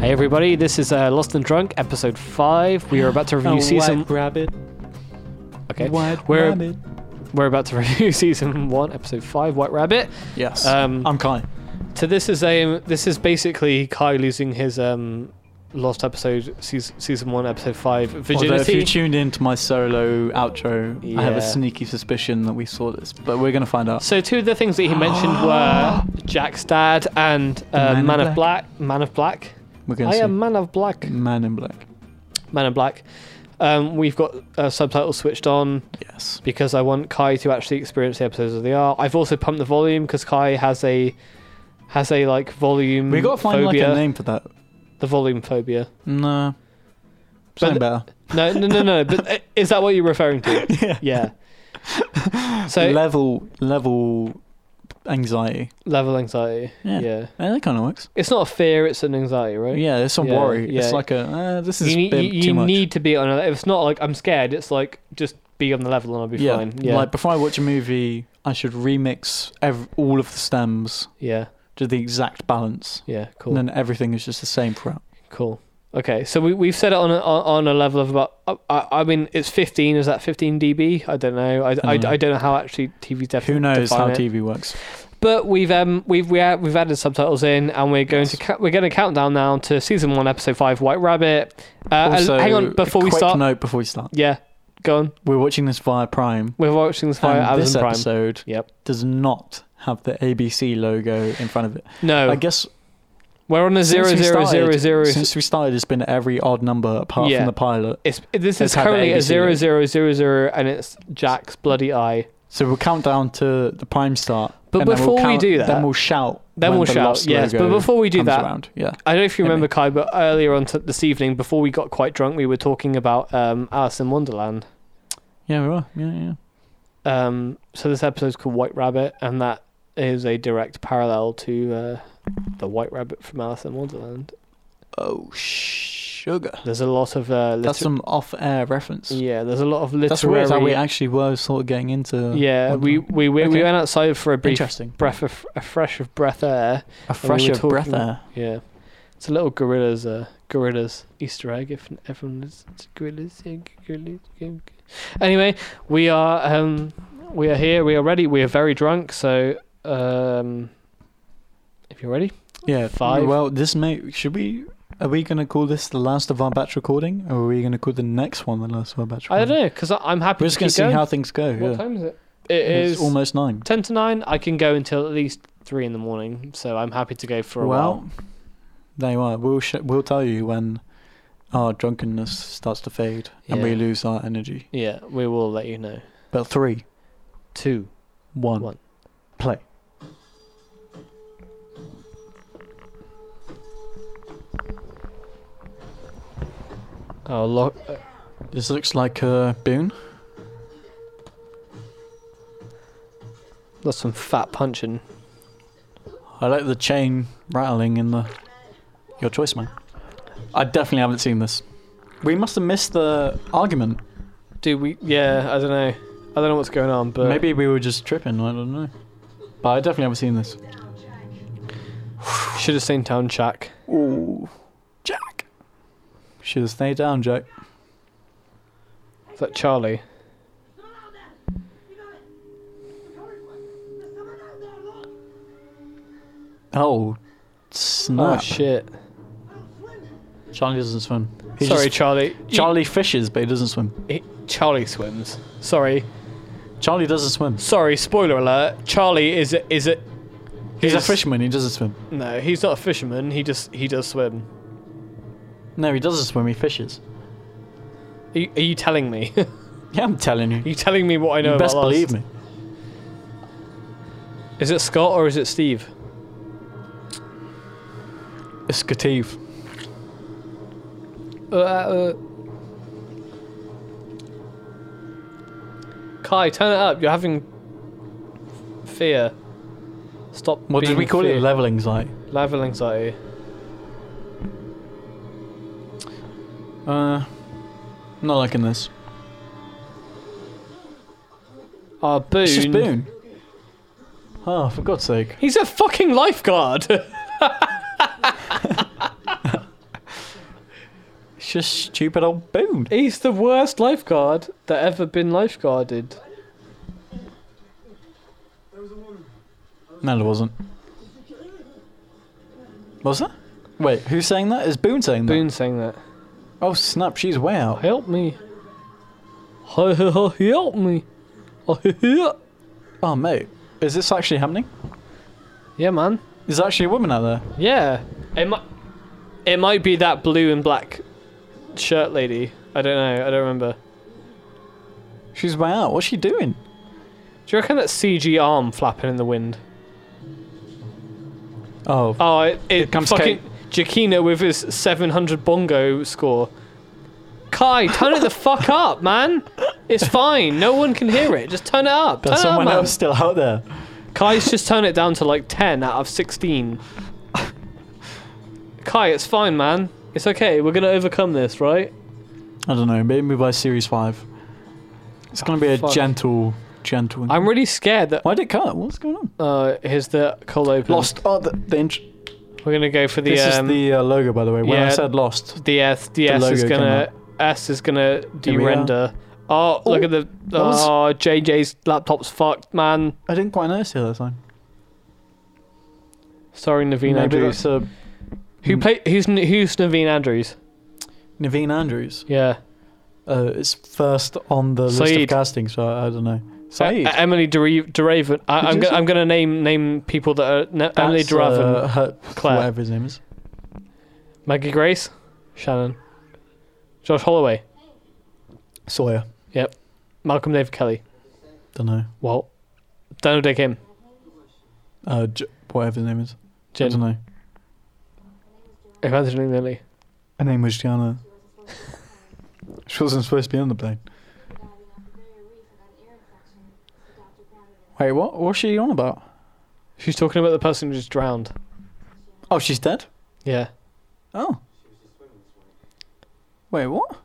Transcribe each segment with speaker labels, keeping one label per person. Speaker 1: Hey everybody, this is uh, Lost and Drunk, episode five. We are about to review
Speaker 2: A
Speaker 1: season.
Speaker 2: white Oh, rabbit.
Speaker 1: Okay,
Speaker 2: White
Speaker 1: we're
Speaker 2: rabbit.
Speaker 1: we're about to review season one, episode five, White Rabbit.
Speaker 2: Yes.
Speaker 1: Um,
Speaker 2: I'm Kai.
Speaker 1: So this is a this is basically Kai losing his um lost episode season, season one, episode five
Speaker 2: Although if
Speaker 1: virginity.
Speaker 2: you tuned into my solo outro, I have
Speaker 1: Yeah.
Speaker 2: a sneaky suspicion that we saw this, but we're gonna find out.
Speaker 1: so two of the things that he mentioned were Jack's dad and uh, Man,
Speaker 2: Man in
Speaker 1: of Black. Man of Black.
Speaker 2: We're gonna
Speaker 1: I
Speaker 2: see.
Speaker 1: am Man of Black.
Speaker 2: Man in Black.
Speaker 1: Man in Black. Um, we've got uh, subtitles switched on.
Speaker 2: Yes.
Speaker 1: because I want Kai to actually experience the episodes as they are. I've also pumped the volume because Kai has a has a like volume.
Speaker 2: We gotta find
Speaker 1: phobia,
Speaker 2: like a Mm, name for that.
Speaker 1: The volume phobia.
Speaker 2: No. Something better.
Speaker 1: No, no, no, no. but uh, is that what you're referring to?
Speaker 2: yeah.
Speaker 1: Yeah. So
Speaker 2: level level anxiety.
Speaker 1: level anxiety.
Speaker 2: Yeah.
Speaker 1: Yeah.
Speaker 2: Yeah, that kind of works.
Speaker 1: It's not a fear. It's an anxiety, right?
Speaker 2: Yeah, it's a
Speaker 1: Yeah,
Speaker 2: worry.
Speaker 1: yeah.
Speaker 2: It's like a uh, this is
Speaker 1: You
Speaker 2: a
Speaker 1: need
Speaker 2: bit
Speaker 1: you,
Speaker 2: too
Speaker 1: you
Speaker 2: much.
Speaker 1: need to be on. A, it's not like I'm scared. It's like just be on the level and I'll be
Speaker 2: yeah,
Speaker 1: fine. Yeah.
Speaker 2: like before I watch a movie, I should remix ev- all of the stems
Speaker 1: yeah.
Speaker 2: to the exact balance,
Speaker 1: Yeah. Cool.
Speaker 2: and then everything is just the same throughout.
Speaker 1: Cool. Okay, so we we've set it on a, on on a level of about. I, I I mean, it's 15. Is that 15 dB? I don't know. I, I,
Speaker 2: know.
Speaker 1: I don't know how actually TV's definitely.
Speaker 2: Hmm. Who knows how TV works?
Speaker 1: But we've um we've we ha- we've added subtitles in, and we're going to
Speaker 2: Yes.
Speaker 1: ca- we're going to count down now to season one, episode five, White Rabbit. Uh, and
Speaker 2: also,
Speaker 1: hang on, before
Speaker 2: a
Speaker 1: we
Speaker 2: quick
Speaker 1: start.
Speaker 2: note before we start,
Speaker 1: Yeah, go on.
Speaker 2: we're watching this via Prime.
Speaker 1: We're watching this via
Speaker 2: and this
Speaker 1: Amazon Prime.
Speaker 2: episode
Speaker 1: Yep.
Speaker 2: does not have the ABC logo in front of it.
Speaker 1: No,
Speaker 2: I guess
Speaker 1: we're on a
Speaker 2: since
Speaker 1: Oh. zero
Speaker 2: we
Speaker 1: zero zero
Speaker 2: started-
Speaker 1: zero.
Speaker 2: since we started, it's been every odd number apart
Speaker 1: Yeah.
Speaker 2: from the pilot.
Speaker 1: It's this is
Speaker 2: It's had the
Speaker 1: currently a
Speaker 2: ABC
Speaker 1: zero
Speaker 2: logo.
Speaker 1: zero zero zero, and it's Jack's bloody eye.
Speaker 2: So we'll count down to the Prime start.
Speaker 1: But
Speaker 2: and then
Speaker 1: before
Speaker 2: we'll
Speaker 1: we
Speaker 2: count,
Speaker 1: do that-
Speaker 2: then we'll shout.
Speaker 1: Then
Speaker 2: when
Speaker 1: we'll
Speaker 2: the
Speaker 1: shout.
Speaker 2: Lost
Speaker 1: Yes, but
Speaker 2: logo
Speaker 1: before we do
Speaker 2: comes
Speaker 1: that,
Speaker 2: around. yeah.
Speaker 1: I don't know if you
Speaker 2: Hit me.
Speaker 1: remember, Kai, but earlier on t- this evening, before we got quite drunk, we were talking about um, Alice in Wonderland.
Speaker 2: Yeah, we are. Yeah, yeah.
Speaker 1: Um, so this episode's called White Rabbit, and that is a direct parallel to uh, the White Rabbit from Alice in Wonderland.
Speaker 2: Oh, sugar.
Speaker 1: There's a lot of uh,
Speaker 2: That's
Speaker 1: liter-
Speaker 2: some off-air reference.
Speaker 1: yeah. There's a lot of literary.
Speaker 2: That's weird how we actually were sort of getting into.
Speaker 1: yeah, we
Speaker 2: Wonderland.
Speaker 1: we we, we
Speaker 2: Okay.
Speaker 1: went outside for a brief
Speaker 2: interesting.
Speaker 1: breath of a fresh of breath air.
Speaker 2: A fresh
Speaker 1: were
Speaker 2: of breath
Speaker 1: talking-
Speaker 2: air.
Speaker 1: Yeah, it's a little gorillas uh, gorillas Easter egg if everyone is it's gorillas yeah, gorillas. yeah. Anyway, we are um we are here. We are ready. We are very drunk. So um, if you're ready,
Speaker 2: Yeah,
Speaker 1: Five.
Speaker 2: Well, this may should we. Are we going to call this the last of our batch recording, or are we going to call the next one the last of our batch
Speaker 1: I don't
Speaker 2: recording?
Speaker 1: know because I'm happy.
Speaker 2: We're just
Speaker 1: to
Speaker 2: going
Speaker 1: keep
Speaker 2: to see
Speaker 1: going.
Speaker 2: how things go.
Speaker 1: What
Speaker 2: yeah.
Speaker 1: time is it? It
Speaker 2: it's
Speaker 1: is
Speaker 2: almost nine.
Speaker 1: ten to nine. I can go until at least three in the morning. So I'm happy to go for a while.
Speaker 2: well, there you are. We'll sh- we'll tell you when our drunkenness starts to fade and we
Speaker 1: Yeah.
Speaker 2: lose our energy.
Speaker 1: Yeah, we will let you know.
Speaker 2: But three,
Speaker 1: Two.
Speaker 2: one,
Speaker 1: One.
Speaker 2: play.
Speaker 1: Oh, lo- uh,
Speaker 2: This looks like a boon.
Speaker 1: that's some fat punching.
Speaker 2: I like the chain rattling in the. Your choice, man. I definitely haven't seen this. We must have missed the argument.
Speaker 1: Dude, we yeah, I don't know. I don't know what's going on, but
Speaker 2: Maybe we were just tripping. I don't know. But I definitely haven't seen this.
Speaker 1: should have seen Town Shack.
Speaker 2: Ooh, Jack. Should have stayed down, Jack.
Speaker 1: Is that Charlie?
Speaker 2: Oh,
Speaker 1: Oh
Speaker 2: snap!
Speaker 1: shit.
Speaker 2: Charlie doesn't swim. He
Speaker 1: Sorry,
Speaker 2: just-
Speaker 1: Charlie.
Speaker 2: Charlie fishes, but he doesn't swim.
Speaker 1: He- Charlie swims. Sorry.
Speaker 2: Charlie doesn't swim.
Speaker 1: Sorry, spoiler alert. Charlie is a, is a
Speaker 2: He's a
Speaker 1: is-
Speaker 2: fisherman. He doesn't swim.
Speaker 1: No, he's not a fisherman. He just he does swim.
Speaker 2: No, he doesn't swim. He fishes.
Speaker 1: Are you, are you telling me? are
Speaker 2: Yeah, I'm telling you.
Speaker 1: you telling me what I know
Speaker 2: You best
Speaker 1: about Lost?
Speaker 2: believe me.
Speaker 1: Is it Scott or is it Steve?
Speaker 2: It's Gative.
Speaker 1: Uh, uh. Kai, turn it up. You're having fear. Stop.
Speaker 2: What did
Speaker 1: being
Speaker 2: we call
Speaker 1: fear.
Speaker 2: it? Level anxiety.
Speaker 1: Level anxiety.
Speaker 2: Uh, not liking this.
Speaker 1: Oh, Boone.
Speaker 2: It's just Boone. Oh, for God's sake.
Speaker 1: He's a fucking lifeguard.
Speaker 2: It's just stupid old Boone.
Speaker 1: He's the worst lifeguard that ever been lifeguarded.
Speaker 2: No, it wasn't. Was that? Wait, who's saying that? Is Boone saying that?
Speaker 1: Boone saying that.
Speaker 2: Oh snap, she's way out.
Speaker 1: Help me. Help me.
Speaker 2: Oh mate, is this actually happening?
Speaker 1: Yeah, man.
Speaker 2: Is there actually a woman out there?
Speaker 1: Yeah. It might it might be that blue and black shirt lady. I don't know. I don't remember.
Speaker 2: She's way out. What's she doing?
Speaker 1: Do you reckon that CG arm flapping in the wind?
Speaker 2: Oh,
Speaker 1: Oh, it, it
Speaker 2: comes
Speaker 1: fucking Giacchino with his 700 bongo score. Kai, turn it the fuck up, man. It's fine. No one can hear it. Just turn it up. Turn
Speaker 2: there's
Speaker 1: it up,
Speaker 2: someone
Speaker 1: man.
Speaker 2: else still out there.
Speaker 1: Kai's just turned it down to like 10 out of 16. Kai, it's fine, man. It's okay. We're going to overcome this, right?
Speaker 2: I don't know. Maybe by series five, it's gonna be a
Speaker 1: fuck.
Speaker 2: gentle, gentle.
Speaker 1: I'm really scared that.
Speaker 2: Why did it cut? What's going on?
Speaker 1: Uh, here's the cold open.
Speaker 2: Lost. Oh, the, the int-
Speaker 1: We're going to go for the.
Speaker 2: this
Speaker 1: um,
Speaker 2: is the uh, logo, by the way. When
Speaker 1: yeah.
Speaker 2: I said lost,
Speaker 1: the S the, S
Speaker 2: logo
Speaker 1: is
Speaker 2: came
Speaker 1: gonna S is gonna
Speaker 2: Here we are.
Speaker 1: derender. Oh, look
Speaker 2: Oh,
Speaker 1: at the
Speaker 2: that was-
Speaker 1: oh JJ's laptop's fucked, man.
Speaker 2: I didn't quite notice the other time.
Speaker 1: Sorry, Naveen
Speaker 2: Maybe
Speaker 1: Andrews.
Speaker 2: that's uh,
Speaker 1: Who play? Who's N- who's Naveen Andrews?
Speaker 2: Naveen Andrews.
Speaker 1: Yeah,
Speaker 2: Uh, it's first on the list
Speaker 1: Saeed.
Speaker 2: of castings, so I, I don't know.
Speaker 1: E-
Speaker 2: Saeed.
Speaker 1: Emily Dere- Deraven. I, I'm
Speaker 2: Did you
Speaker 1: gonna
Speaker 2: say-
Speaker 1: I'm gonna name name people that are no, Emily
Speaker 2: That's, uh,
Speaker 1: Deraven,
Speaker 2: her-
Speaker 1: Claire.
Speaker 2: whatever his name is.
Speaker 1: Maggie Grace, Shannon, Josh Holloway,
Speaker 2: Sawyer.
Speaker 1: Malcolm David Kelly,
Speaker 2: Don't know.
Speaker 1: Walt, Daniel Day Kim,
Speaker 2: Uh, J- whatever his name is. I don't
Speaker 1: Jin,
Speaker 2: know.
Speaker 1: Evangeline Lilly.
Speaker 2: Her name was Gianna. she wasn't supposed to be on the plane. Wait, what? What's she on about?
Speaker 1: She's talking about the person who just drowned.
Speaker 2: Oh, she's dead?
Speaker 1: Yeah.
Speaker 2: Oh. Wait, what?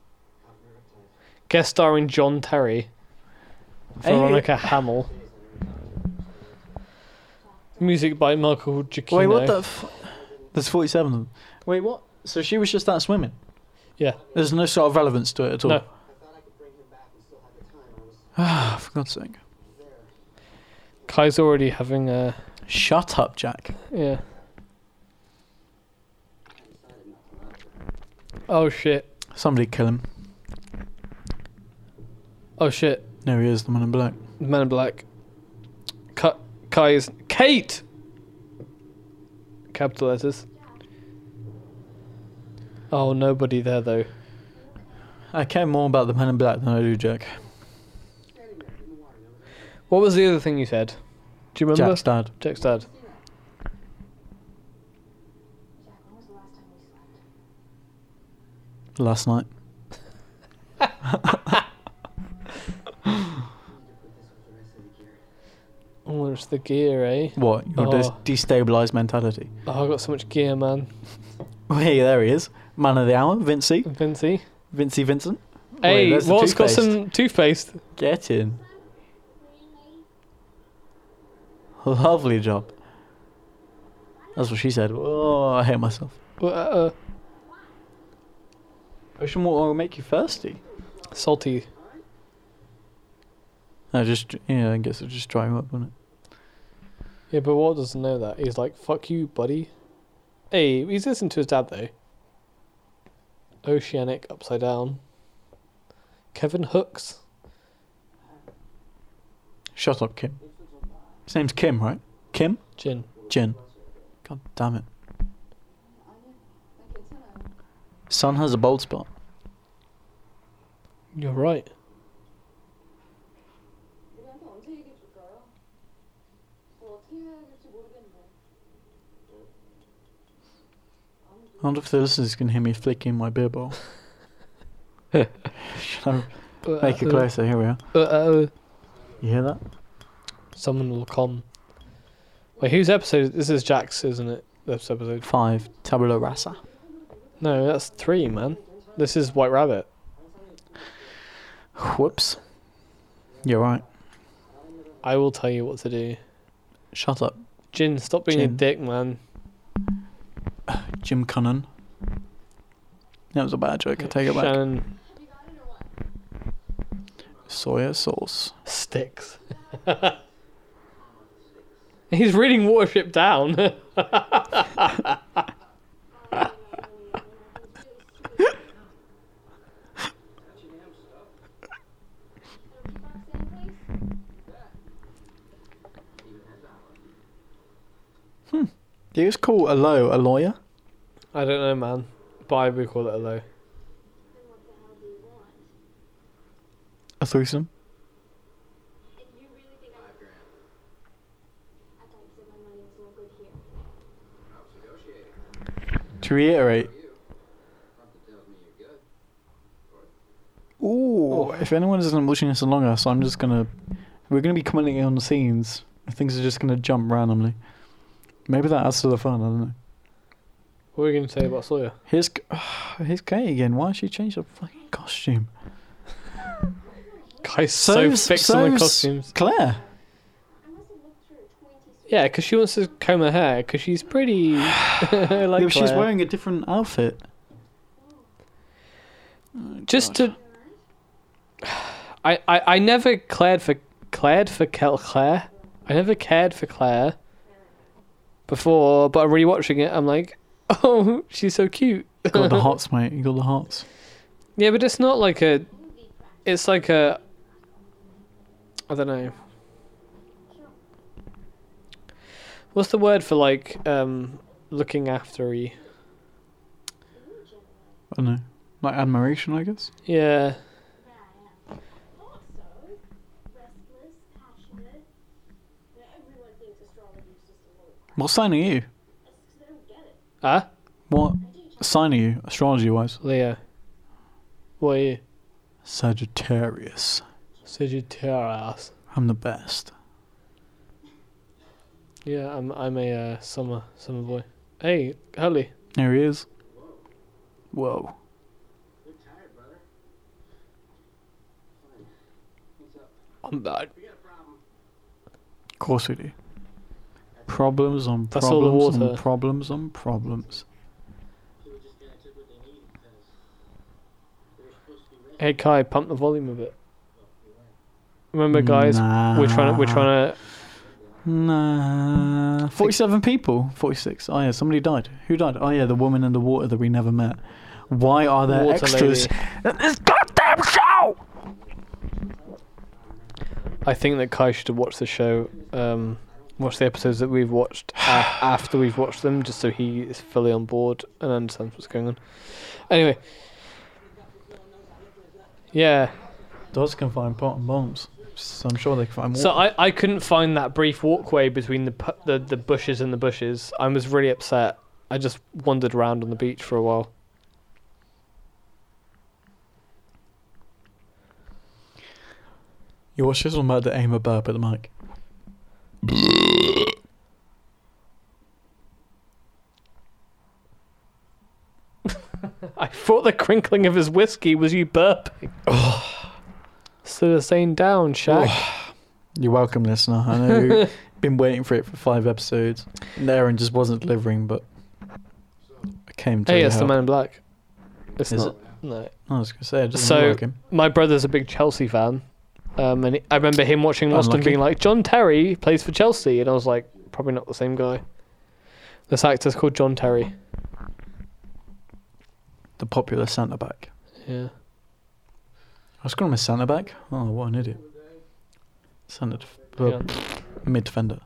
Speaker 1: guest starring John Terry,
Speaker 2: Hey.
Speaker 1: Veronica Hamill. Music by Michael Giacchino.
Speaker 2: Wait, what the f- There's 47 of them. Wait, what? So she was just out swimming?
Speaker 1: Yeah.
Speaker 2: There's no sort of relevance to it at all?
Speaker 1: No.
Speaker 2: Ah, for God's sake.
Speaker 1: Kai's already having a
Speaker 2: Shut up, Jack.
Speaker 1: yeah. Oh shit!
Speaker 2: Somebody kill him.
Speaker 1: Oh shit!
Speaker 2: No, he is, the man in black.
Speaker 1: The Men in Black. Ka- Kai is Kate. Capital letters. Oh, nobody there though.
Speaker 2: I care more about the man in black than I do Jack.
Speaker 1: What was the other thing you said? Do you remember?
Speaker 2: Jack's dad.
Speaker 1: Jack's dad.
Speaker 2: Last night.
Speaker 1: Oh, it's the gear, eh?
Speaker 2: What? Your
Speaker 1: Oh.
Speaker 2: des- destabilized mentality.
Speaker 1: Oh, I got so much gear, man.
Speaker 2: Hey, there he is. Man of the hour, Vincey.
Speaker 1: Vinci.
Speaker 2: Vincey E. Vincent.
Speaker 1: Hey,
Speaker 2: there's
Speaker 1: what's
Speaker 2: the
Speaker 1: got
Speaker 2: toothpaste.
Speaker 1: some toothpaste?
Speaker 2: Get in. Lovely job. That's what she said. Oh, I hate myself.
Speaker 1: Uh, uh,
Speaker 2: Ocean water will make you thirsty.
Speaker 1: salty.
Speaker 2: No, just, yeah, I guess it'll just dry you up, wouldn't it?
Speaker 1: Yeah, but Walt doesn't know that. He's like, fuck you, buddy. Hey, he's listening to his dad, though. Oceanic, upside down. Kevin Hooks.
Speaker 2: Shut up, Kim. His name's Kim, right? Kim?
Speaker 1: Gin.
Speaker 2: Jin. God damn it. Sun has a bald spot.
Speaker 1: You're right.
Speaker 2: I wonder if the listeners can hear me flicking my beer bowl. Should I
Speaker 1: Uh,
Speaker 2: make it
Speaker 1: uh,
Speaker 2: closer? Here we are.
Speaker 1: Uh, uh,
Speaker 2: You hear that?
Speaker 1: someone will come. Wait, whose episode? This is Jack's, isn't it? This episode.
Speaker 2: Five. Tabula rasa.
Speaker 1: No, that's three, man. This is White Rabbit.
Speaker 2: Whoops. You're right.
Speaker 1: I will tell you what to do.
Speaker 2: Shut up,
Speaker 1: Jin, stop being a
Speaker 2: Jin.
Speaker 1: dick, man.
Speaker 2: Jim Cunnan. That was a bad joke. I take it back.
Speaker 1: Shannon
Speaker 2: Soya sauce.
Speaker 1: sticks. He's reading Watership Down.
Speaker 3: "Oh."
Speaker 2: Do you just call Alo a lawyer?
Speaker 1: I don't know, man. Bye, we call it a low.
Speaker 2: A threesome? To reiterate.
Speaker 1: Oh.
Speaker 2: Ooh, if anyone isn't watching this along us, I'm just gonna. We're gonna be commenting on the scenes. Things are just gonna jump randomly. Maybe that adds to the fun, I don't know.
Speaker 1: What are you going to say about Sawyer?
Speaker 2: Here's, here's Kate again. Why has she changed her fucking costume?
Speaker 1: Guy's so,
Speaker 2: So's-
Speaker 1: fixed on the
Speaker 2: so's
Speaker 1: costumes.
Speaker 2: Claire!
Speaker 1: Yeah, because she wants to comb her hair, because she's pretty. like uh,
Speaker 2: Yeah, but she's
Speaker 1: Claire.
Speaker 2: wearing a different outfit. Oh,
Speaker 1: Just
Speaker 2: God.
Speaker 1: to. I, I, I never cared for cared for Kel Claire. I never cared for Claire before, but I'm rewatching it. I'm like, oh, she's so cute.
Speaker 2: You got the hearts, mate. You got the hearts.
Speaker 1: Yeah, but it's not like a. It's like a. I don't know. What's the word for like um looking after y?
Speaker 2: I don't know. Like admiration, I guess.
Speaker 1: Yeah.
Speaker 2: What sign are you?
Speaker 1: Ah,
Speaker 2: What sign are you, astrology wise?
Speaker 1: Leo. What are you?
Speaker 2: Sagittarius.
Speaker 1: Sagittarius.
Speaker 2: I'm the best.
Speaker 1: Yeah, I'm I'm a uh, summer summer boy. Hey, Holly.
Speaker 2: There he is. Whoa.
Speaker 1: I'm bad.
Speaker 2: Of course we do. Problems on problems
Speaker 1: That's all the
Speaker 2: on
Speaker 1: water.
Speaker 2: problems on problems.
Speaker 1: Hey Kai, pump the volume a bit. Remember, guys, we're trying to we're trying to.
Speaker 2: Nah. 47 people? 46. Oh, yeah, somebody died. Who died? Oh, yeah, the woman in the water that we never met. Why are there
Speaker 1: Water
Speaker 2: extras
Speaker 1: lady.
Speaker 2: in this goddamn show?
Speaker 1: I think that Kai should have watched the show, um, watched the episodes that we've watched a- after we've watched them, just so he is fully on board and understands what's going on. Anyway. Yeah.
Speaker 2: Dogs can find bottom bombs. So I'm sure they can find more.
Speaker 1: So I, I couldn't find that brief walkway between the, pu- the the bushes and the bushes. I was really upset. I just wandered around on the beach for a while.
Speaker 2: you watch this one about to aim a burp at the mic.
Speaker 1: I thought the crinkling of his whiskey was you burping. so they're saying down, Shaq.
Speaker 2: You're welcome, listener. I know you've been waiting for it for five episodes. And Aaron just wasn't delivering, but I came to
Speaker 1: hey,
Speaker 2: your
Speaker 1: it's the
Speaker 2: help.
Speaker 1: man in black. It's
Speaker 2: Is
Speaker 1: not. No.
Speaker 2: I was going to say, I just
Speaker 1: So-
Speaker 2: like him.
Speaker 1: My brother's a big Chelsea fan. Um, and he- I remember him watching Lost and
Speaker 2: Unlucky.
Speaker 1: being like, John Terry plays for Chelsea. And I was like, probably not the same guy. This actor's called John Terry.
Speaker 2: The popular centre back.
Speaker 1: Yeah.
Speaker 2: I was calling him a centre back. Oh, what an idiot. Centre def-
Speaker 1: Hang
Speaker 2: uh,
Speaker 1: on.
Speaker 2: mid defender.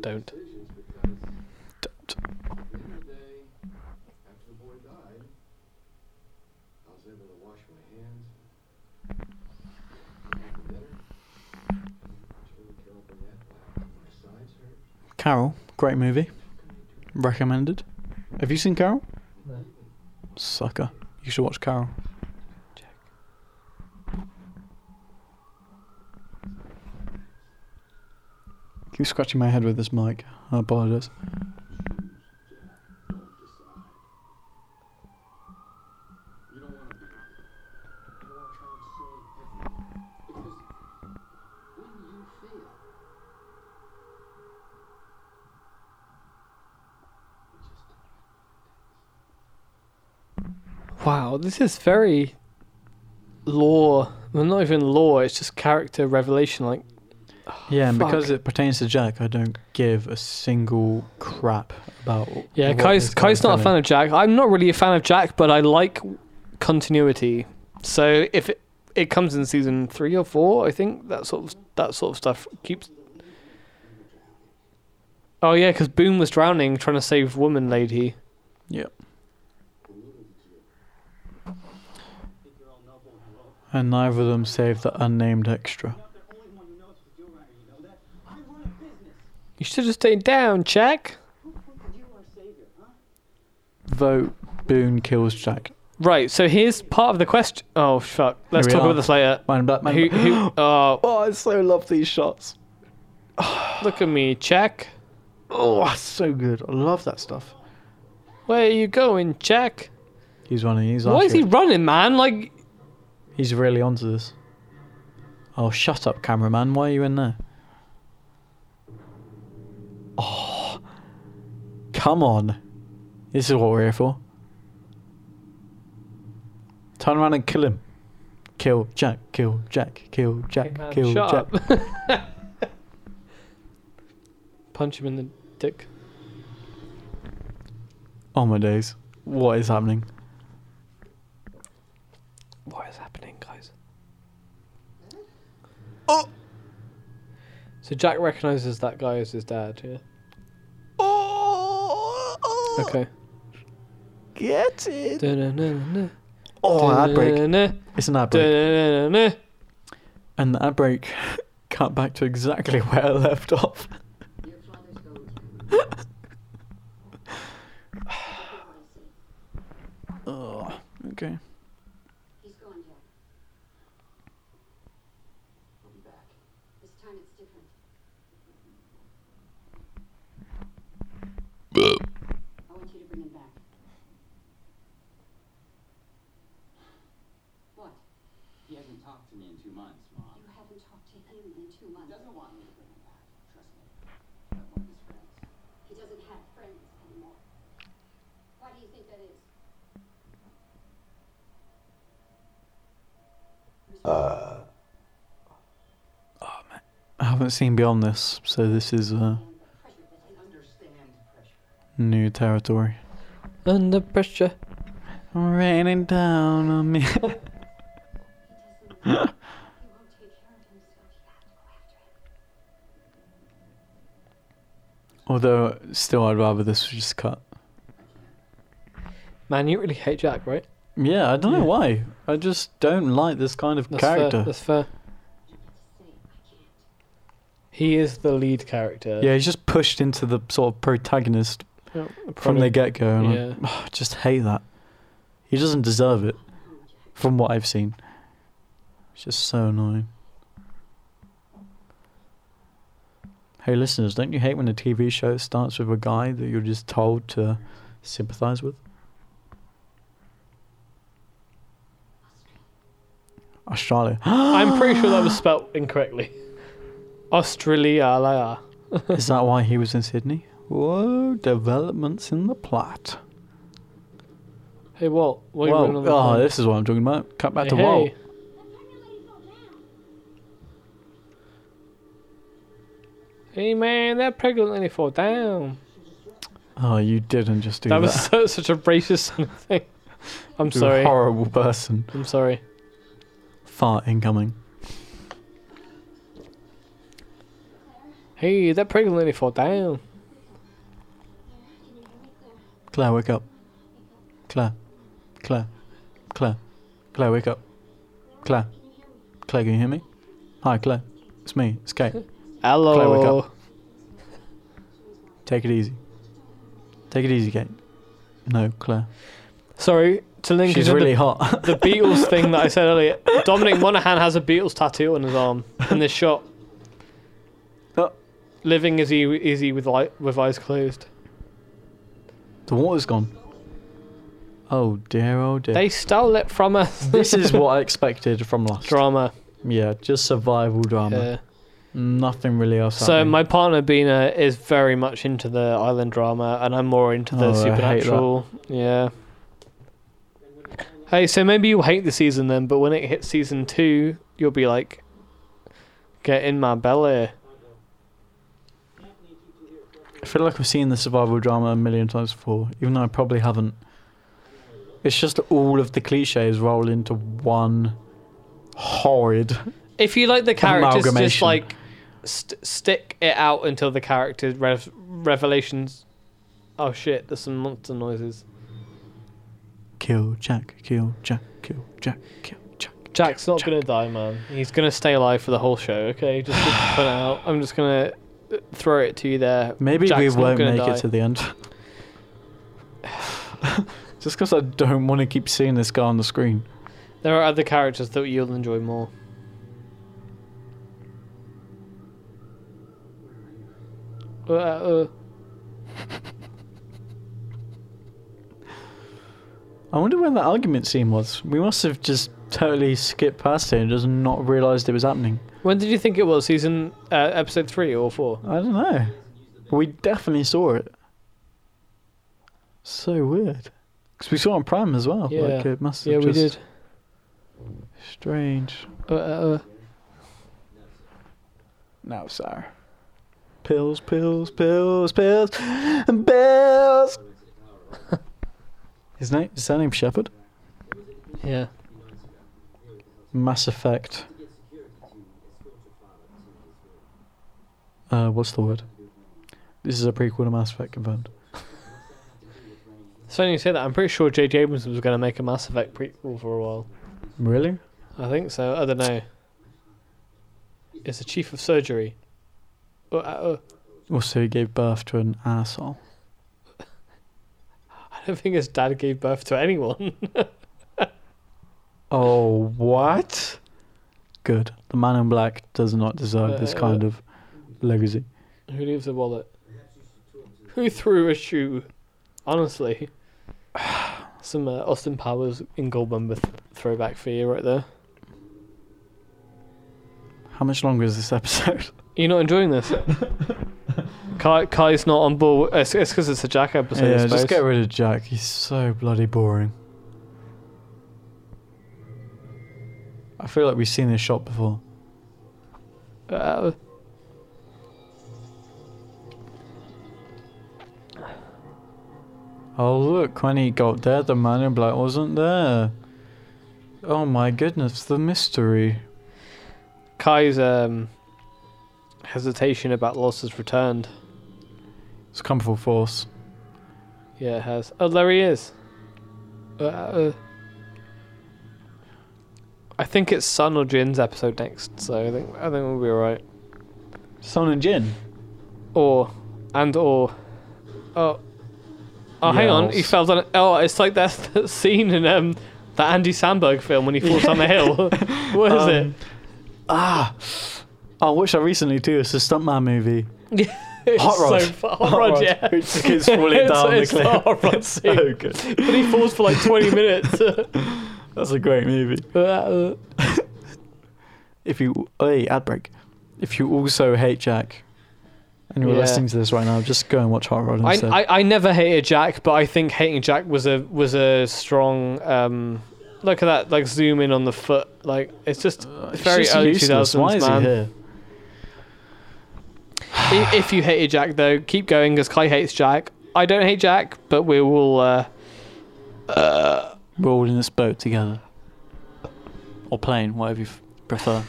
Speaker 1: Don't.
Speaker 2: Carol, great movie. Recommended. Have you seen Carol?
Speaker 1: No.
Speaker 2: Sucker. You should watch Carol. Keep scratching my head with this mic. I apologize.
Speaker 3: You don't want to be. You don't want to try and save everything. Because
Speaker 1: Wow, this is very lore. Well, not even lore. It's just character revelation. Like,
Speaker 2: Yeah, and
Speaker 1: Fuck.
Speaker 2: because it pertains to Jack, I don't give a single crap about.
Speaker 1: yeah,
Speaker 2: what
Speaker 1: Kai's
Speaker 2: this guy's
Speaker 1: Kai's not a
Speaker 2: doing.
Speaker 1: fan of Jack. I'm not really a fan of Jack, but I like continuity. So if it, it comes in season three or four, I think that sort of that sort of stuff keeps. Oh yeah, because Boone was drowning trying to save woman lady.
Speaker 2: And neither of them saved the unnamed extra.
Speaker 1: You should have stayed down, Jack.
Speaker 2: Vote Boone kills Jack.
Speaker 1: Right. So here's part of the question. Oh fuck. Let's
Speaker 2: Here we
Speaker 1: talk
Speaker 2: are.
Speaker 1: about this later.
Speaker 2: Man, black man.
Speaker 1: Who? Who? Oh,
Speaker 2: oh, I so love these shots.
Speaker 1: look at me, Jack.
Speaker 2: Oh, that's so good. I love that stuff.
Speaker 1: Where are you going, Jack?
Speaker 2: He's running. He's
Speaker 1: Why is
Speaker 2: after
Speaker 1: he
Speaker 2: it.
Speaker 1: running, man? Like,
Speaker 2: He's really onto this. Oh, shut up, cameraman. Why are you in there? Oh, come on. This is what we're here for. Turn around and kill him. Kill Jack, kill Jack, kill Jack,
Speaker 1: man,
Speaker 2: kill
Speaker 1: shut
Speaker 2: Jack.
Speaker 1: up. Punch him in the dick.
Speaker 2: Oh my days. What is happening?
Speaker 1: What is happening, guys?
Speaker 2: Oh!
Speaker 1: So Jack recognizes that guy as his dad. Yeah.
Speaker 2: Oh!
Speaker 1: Okay.
Speaker 2: Get it!
Speaker 1: Da-na-na-na-na.
Speaker 2: Oh, ad break.
Speaker 1: Da-na-na-na.
Speaker 2: It's an ad break.
Speaker 1: Da-na-na-na-na.
Speaker 2: And the ad break cut back to exactly where I left off. oh, okay.
Speaker 3: He's gone, Jack. I'll be back. This time it's different. I want you to bring him back. What?
Speaker 4: He hasn't talked to me in two months, Mom.
Speaker 3: You haven't talked to him in two
Speaker 4: He
Speaker 3: months.
Speaker 4: doesn't want me to bring him back. Trust me. I'm one of his friends.
Speaker 3: He doesn't have friends anymore. Why do you think that is?
Speaker 2: I haven't seen beyond this, so this is uh,
Speaker 4: I understand pressure.
Speaker 2: new territory.
Speaker 1: Under pressure.
Speaker 2: Raining down on me.
Speaker 3: He doesn't. he won't take care of himself. You have to go after
Speaker 2: Although,
Speaker 3: him.
Speaker 2: still, I'd rather this was just cut.
Speaker 1: Man, you really hate Jack, right?
Speaker 2: Yeah, I don't know why. I just don't like this kind of
Speaker 1: That's fair.
Speaker 2: character.
Speaker 1: That's fair.
Speaker 3: Say, I can't.
Speaker 1: He is the lead character.
Speaker 2: yeah, he's just pushed into the sort of protagonist
Speaker 1: Yeah,
Speaker 2: from the
Speaker 1: product.
Speaker 2: get go, and "Oh,
Speaker 1: Yeah.
Speaker 2: I just hate that. He doesn't deserve it, from what I've seen. It's just so annoying. Hey, listeners, don't you hate when a TV show starts with a guy that you're just told to sympathize with? Australia.
Speaker 1: I'm pretty sure that was spelt incorrectly. Australia.
Speaker 2: Is that why he was in Sydney? Whoa, developments in the plot.
Speaker 1: Hey, Walt. What are you
Speaker 2: Well,
Speaker 1: doing on the
Speaker 2: oh,
Speaker 1: phone?
Speaker 2: this is what I'm talking about. Cut back
Speaker 1: Hey,
Speaker 2: to
Speaker 1: hey.
Speaker 2: Walt.
Speaker 1: Hey man, that pregnant lady fall down.
Speaker 2: Oh, you didn't just do
Speaker 1: that
Speaker 2: that.
Speaker 1: was so, such a racist sort of thing. I'm
Speaker 2: You're a
Speaker 1: sorry.
Speaker 2: horrible person.
Speaker 1: I'm sorry.
Speaker 2: Fart incoming.
Speaker 1: Hey, that pregnant lady fall down.
Speaker 2: Claire, wake up. Claire. Claire. Claire. Claire, wake up. Claire. Claire, can you hear me? Hi, Claire. It's me. It's Kate.
Speaker 1: Hello.
Speaker 2: Claire, wake up. Take it easy. Take it easy, Kate. No, Claire.
Speaker 1: Sorry to link
Speaker 2: She's
Speaker 1: into the-
Speaker 2: really hot.
Speaker 1: the Beatles thing that I said earlier. Dominic Monaghan has a Beatles tattoo on his arm in this shot.
Speaker 2: Oh,
Speaker 1: Living is e- easy with light, with eyes closed.
Speaker 2: the water's gone. Oh dear, oh dear.
Speaker 1: They stole it from us.
Speaker 2: this is what I expected from last.
Speaker 1: drama.
Speaker 2: Yeah, just survival drama.
Speaker 1: yeah.
Speaker 2: Nothing really else.
Speaker 1: So
Speaker 2: happening.
Speaker 1: my partner Bina is very much into the island drama, and I'm more into the
Speaker 2: Oh, I hate that.
Speaker 1: supernatural. Yeah. Hey, so maybe you hate the season then, but when it hits season two, you'll be like, get in my belly.
Speaker 2: I feel like I've seen the survival drama a million times before, even though I probably haven't. It's just all of the cliches roll into one horrid.
Speaker 1: If you like the characters, just
Speaker 2: Amalgamation.
Speaker 1: like st- stick it out until the character rev- revelations. Oh shit! There's some monster noises.
Speaker 2: Kill Jack, kill Jack, kill Jack, kill Jack.
Speaker 1: Jack's not
Speaker 2: Jack.
Speaker 1: gonna die, man. He's gonna stay alive for the whole show. Okay, just to put it out. I'm just gonna uh, throw it to you there.
Speaker 2: Maybe we
Speaker 1: Jack's not
Speaker 2: won't
Speaker 1: gonna
Speaker 2: make
Speaker 1: die.
Speaker 2: it to the end. just because I don't want to keep seeing this guy on the screen.
Speaker 1: There are other characters that you'll enjoy more. Uh, uh,
Speaker 2: I wonder where that argument scene was. We must have just totally skipped past it and just not realised it was happening.
Speaker 1: when did you think it was? Season uh, episode three or four?
Speaker 2: I don't know. We definitely saw it. So weird. Because we saw it on Prime as well. Like,
Speaker 1: Yeah.
Speaker 2: it must have
Speaker 1: Yeah, we
Speaker 2: just
Speaker 1: did.
Speaker 2: Strange.
Speaker 1: Uh, uh, uh.
Speaker 2: No, sorry. Pills, pills, pills, pills, and pills. His name is that name Shepard?
Speaker 1: Yeah.
Speaker 2: Mass Effect. Uh, what's the word? This is a prequel to Mass Effect confirmed.
Speaker 1: It's funny you say that. I'm pretty sure J.J. Abrams was going to make a Mass Effect prequel for a while.
Speaker 2: Really?
Speaker 1: I think so. I don't know. It's the chief of surgery. Uh, uh,
Speaker 2: Also, he gave birth to an asshole.
Speaker 1: uh. I don't think his dad gave birth to anyone.
Speaker 2: Oh, what? Good. The man in black does not deserve this
Speaker 1: Uh,
Speaker 2: kind of legacy.
Speaker 1: Who leaves a wallet? Who threw a shoe? Honestly. Some uh, Austin Powers in Goldmember th- throwback for you right there.
Speaker 2: How much longer is this episode?
Speaker 1: You're not enjoying this? Kai, Kai's not on board. It's because it's a Jack episode. I
Speaker 2: yeah,
Speaker 1: suppose.
Speaker 2: just get rid of Jack. He's so bloody boring. I feel like we've seen this shot before.
Speaker 1: Uh,
Speaker 2: Oh look, when he got there, the man in black wasn't there. Oh my goodness, the mystery.
Speaker 1: Kai's um, hesitation about loss has returned.
Speaker 2: It's come full force.
Speaker 1: Yeah, it has. Oh, there he is. Uh, uh, I think it's Sun or Jin's episode next, so I think I think we'll be alright.
Speaker 2: Son and Jin.
Speaker 1: or and or oh oh hang on he
Speaker 2: Yells.
Speaker 1: fell down oh it's like that, that scene in um that andy sandberg film when he falls down the hill what is
Speaker 2: Um, Ah. Oh, which I recently too. It's a stuntman movie.
Speaker 1: it It's
Speaker 2: Hot Rod.
Speaker 1: so fu- hot, rod, yeah
Speaker 2: Which just keeps falling
Speaker 1: It's-
Speaker 2: down
Speaker 1: it's
Speaker 2: the cliff.
Speaker 1: the hot rod
Speaker 2: It's so
Speaker 1: scene.
Speaker 2: good.
Speaker 1: but he falls for like 20 minutes
Speaker 2: That's a great movie.
Speaker 1: Uh,
Speaker 2: if you hey ad break if you also hate jack and you're
Speaker 1: Yeah.
Speaker 2: listening to this right now just go and watch hot rod
Speaker 1: I,
Speaker 2: instead
Speaker 1: I i never hated jack but i think hating jack was a was a strong um look at that like zoom in on the foot like it's just
Speaker 2: Uh, It's
Speaker 1: very
Speaker 2: just
Speaker 1: early
Speaker 2: useless.
Speaker 1: 2000s
Speaker 2: why is
Speaker 1: man
Speaker 2: he here
Speaker 1: I- if you hated Jack, though, keep going because Kai hates Jack. I don't hate Jack, but we will. Uh,
Speaker 2: we're all in this boat together or plane whatever you f- prefer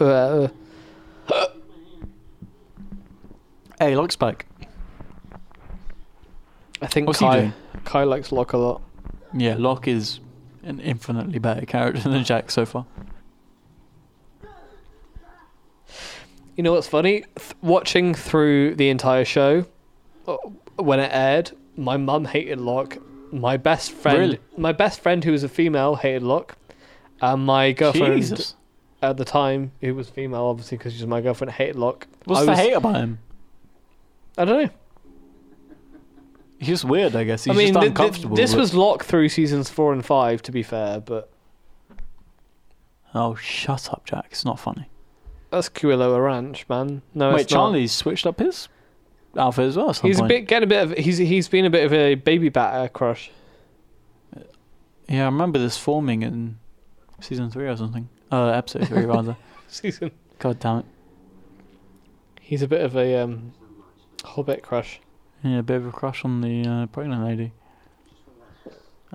Speaker 1: uh,
Speaker 2: hey locks back
Speaker 1: I think
Speaker 2: What's he
Speaker 1: Kai,
Speaker 2: doing?
Speaker 1: Kai likes Locke a lot.
Speaker 2: yeah Locke is an infinitely better character than jack so far
Speaker 1: You know what's funny? Th- watching through the entire show, uh, when it aired, my mum hated Locke. My best friend,
Speaker 2: Really?
Speaker 1: my best friend who was a female, hated Locke. And my girlfriend
Speaker 2: jesus
Speaker 1: at the time, who was female, obviously because she was my girlfriend, hated Locke.
Speaker 2: what's
Speaker 1: I
Speaker 2: the
Speaker 1: was-
Speaker 2: hate about him
Speaker 1: I don't know.
Speaker 2: he's weird i guess he's
Speaker 1: I mean, th-
Speaker 2: just
Speaker 1: th-
Speaker 2: uncomfortable
Speaker 1: this
Speaker 2: but-
Speaker 1: was Locke through seasons four and five, to be fair, but
Speaker 2: oh shut up jack it's not funny
Speaker 1: That's Kuiloa Ranch, man. No,
Speaker 2: wait
Speaker 1: it's not.
Speaker 2: charlie's switched up his alpha as well at some
Speaker 1: He's a
Speaker 2: point.
Speaker 1: bit getting a bit of he's he's been a bit of a baby batter crush.
Speaker 2: Yeah, I remember this forming in season three or something. Uh, episode three rather.
Speaker 1: Season.
Speaker 2: God damn it.
Speaker 1: He's a bit of a um, hobbit crush.
Speaker 2: Yeah, a bit of a crush on the uh, pregnant lady.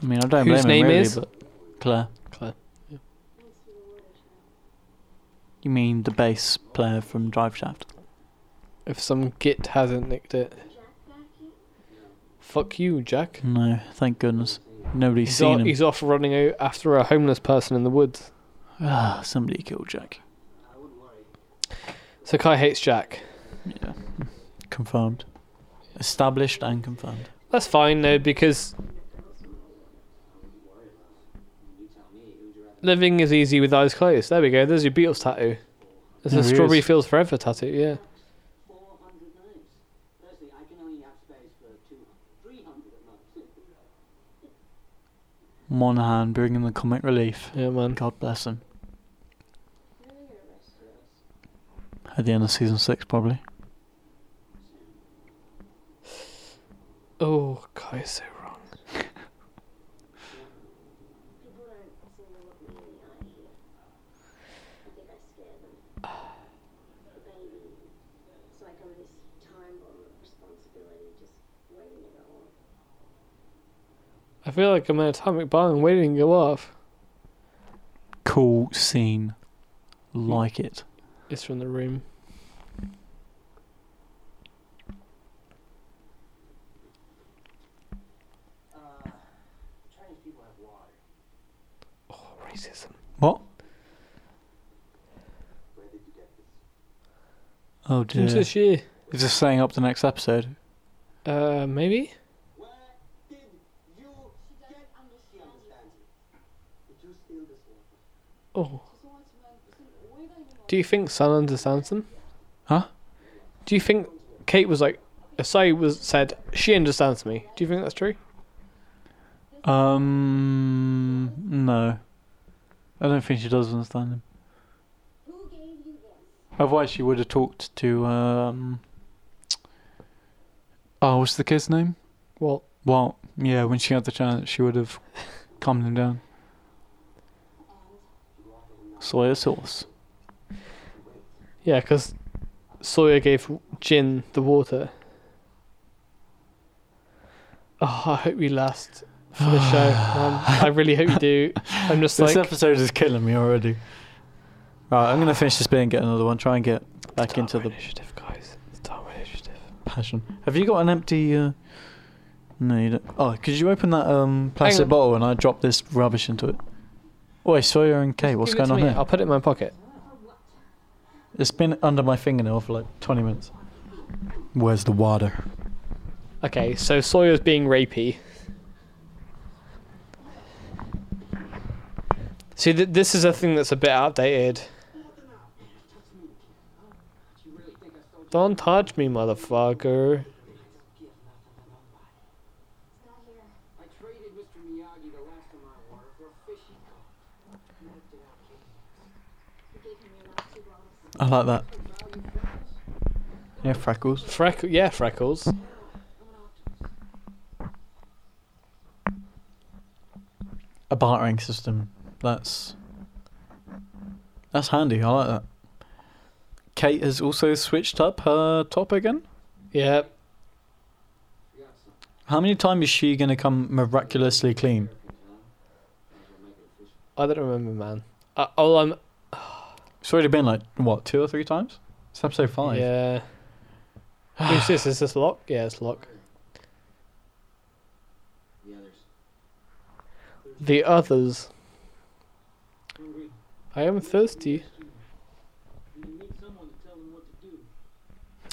Speaker 2: I mean, I don't
Speaker 1: Whose
Speaker 2: blame
Speaker 1: name
Speaker 2: him really,
Speaker 1: is?
Speaker 2: but Claire.
Speaker 1: Claire, yeah.
Speaker 2: You mean the bass player from Drive Shaft?
Speaker 1: If some git hasn't nicked it. Fuck you, Jack.
Speaker 2: No, thank goodness. Nobody's
Speaker 1: He's,
Speaker 2: seen
Speaker 1: o-
Speaker 2: him.
Speaker 1: he's off running out after a homeless person in the woods.
Speaker 2: Ah, somebody killed Jack.
Speaker 1: So Kai hates Jack.
Speaker 2: Yeah. Confirmed. Established and confirmed.
Speaker 1: That's fine though, because living is easy with eyes closed. There we go. There's your Beatles tattoo. There's
Speaker 2: There
Speaker 1: a
Speaker 2: he
Speaker 1: strawberry
Speaker 2: is.
Speaker 1: fields forever tattoo. Yeah.
Speaker 4: 400 knives. Firstly, I can only have space for 200, 300 at most.
Speaker 2: Monahan bringing the comic relief.
Speaker 1: Yeah, man.
Speaker 2: God bless him. At the end of season six, probably.
Speaker 1: Oh, Kai is so wrong.
Speaker 3: People aren't seeing to look me in the eye here. I think I scared them. The baby. It's like I'm this time bomb of responsibility just waiting to go off.
Speaker 1: I feel like I'm an atomic bomb waiting to go off.
Speaker 2: Cool scene. Like it.
Speaker 1: It's from the room.
Speaker 4: Uh, Chinese people have water.
Speaker 1: Oh, racism.
Speaker 2: What?
Speaker 4: Where did you get this?
Speaker 2: Oh
Speaker 1: Didn't
Speaker 2: dear.
Speaker 1: this year?
Speaker 2: Is this saying up to next episode?
Speaker 1: Uh, maybe.
Speaker 4: Where did you get She understands it. Did you steal this water?
Speaker 1: Oh. Do you think Sun understands them?
Speaker 2: Huh?
Speaker 1: Do you think Kate was like, Asai was said she understands me? Do you think that's true?
Speaker 2: Um, no. I don't think she does understand him.
Speaker 3: Who gave you this?
Speaker 2: Otherwise, she would have talked to um. Oh, what's the kid's name?
Speaker 1: Well,
Speaker 2: Well, yeah, when she had the chance, she would have calmed him down. Soya sauce.
Speaker 1: yeah, because Sawyer gave Jin the water. Oh, I hope we last for the show. Man. I really hope we do. I'm just
Speaker 2: This
Speaker 1: like,
Speaker 2: episode is killing me already. Right, I'm gonna finish this bit and get another one. Try and get back into the
Speaker 1: initiative, guys. The Darwin initiative.
Speaker 2: passion. Have you got an empty? Uh... No, you don't. Oh, could you open that um
Speaker 1: on.
Speaker 2: plastic bottle and I drop this rubbish into it? Oi, Sawyer and Kay, what's
Speaker 1: Give it
Speaker 2: going
Speaker 1: to
Speaker 2: on
Speaker 1: me.
Speaker 2: here?
Speaker 1: I'll put it in my pocket.
Speaker 2: It's been under my fingernail for like 20 minutes. Where's the water?
Speaker 1: Okay, so Sawyer's being rapey. See, th- this is a thing that's a bit outdated. Don't touch me, motherfucker.
Speaker 4: I traded Mr. Miyagi the last of my water for a fish he caught. Knocked it out, kid.
Speaker 2: I like that. Yeah, freckles.
Speaker 1: Freckle, yeah, freckles.
Speaker 2: A bartering system. That's that's handy. I like that. Kate has also switched up her top again.
Speaker 1: Yeah,
Speaker 2: How many times is she gonna come miraculously clean?
Speaker 1: I don't remember, man. Uh, oh, I'm
Speaker 2: It's already been like what two or three times. It's episode five.
Speaker 1: yeah. Who's this? Is this Lock? Yeah, it's Lock.
Speaker 4: The others.
Speaker 1: The others.
Speaker 4: Hungry.
Speaker 1: I am thirsty.
Speaker 4: We need someone to tell them what to do.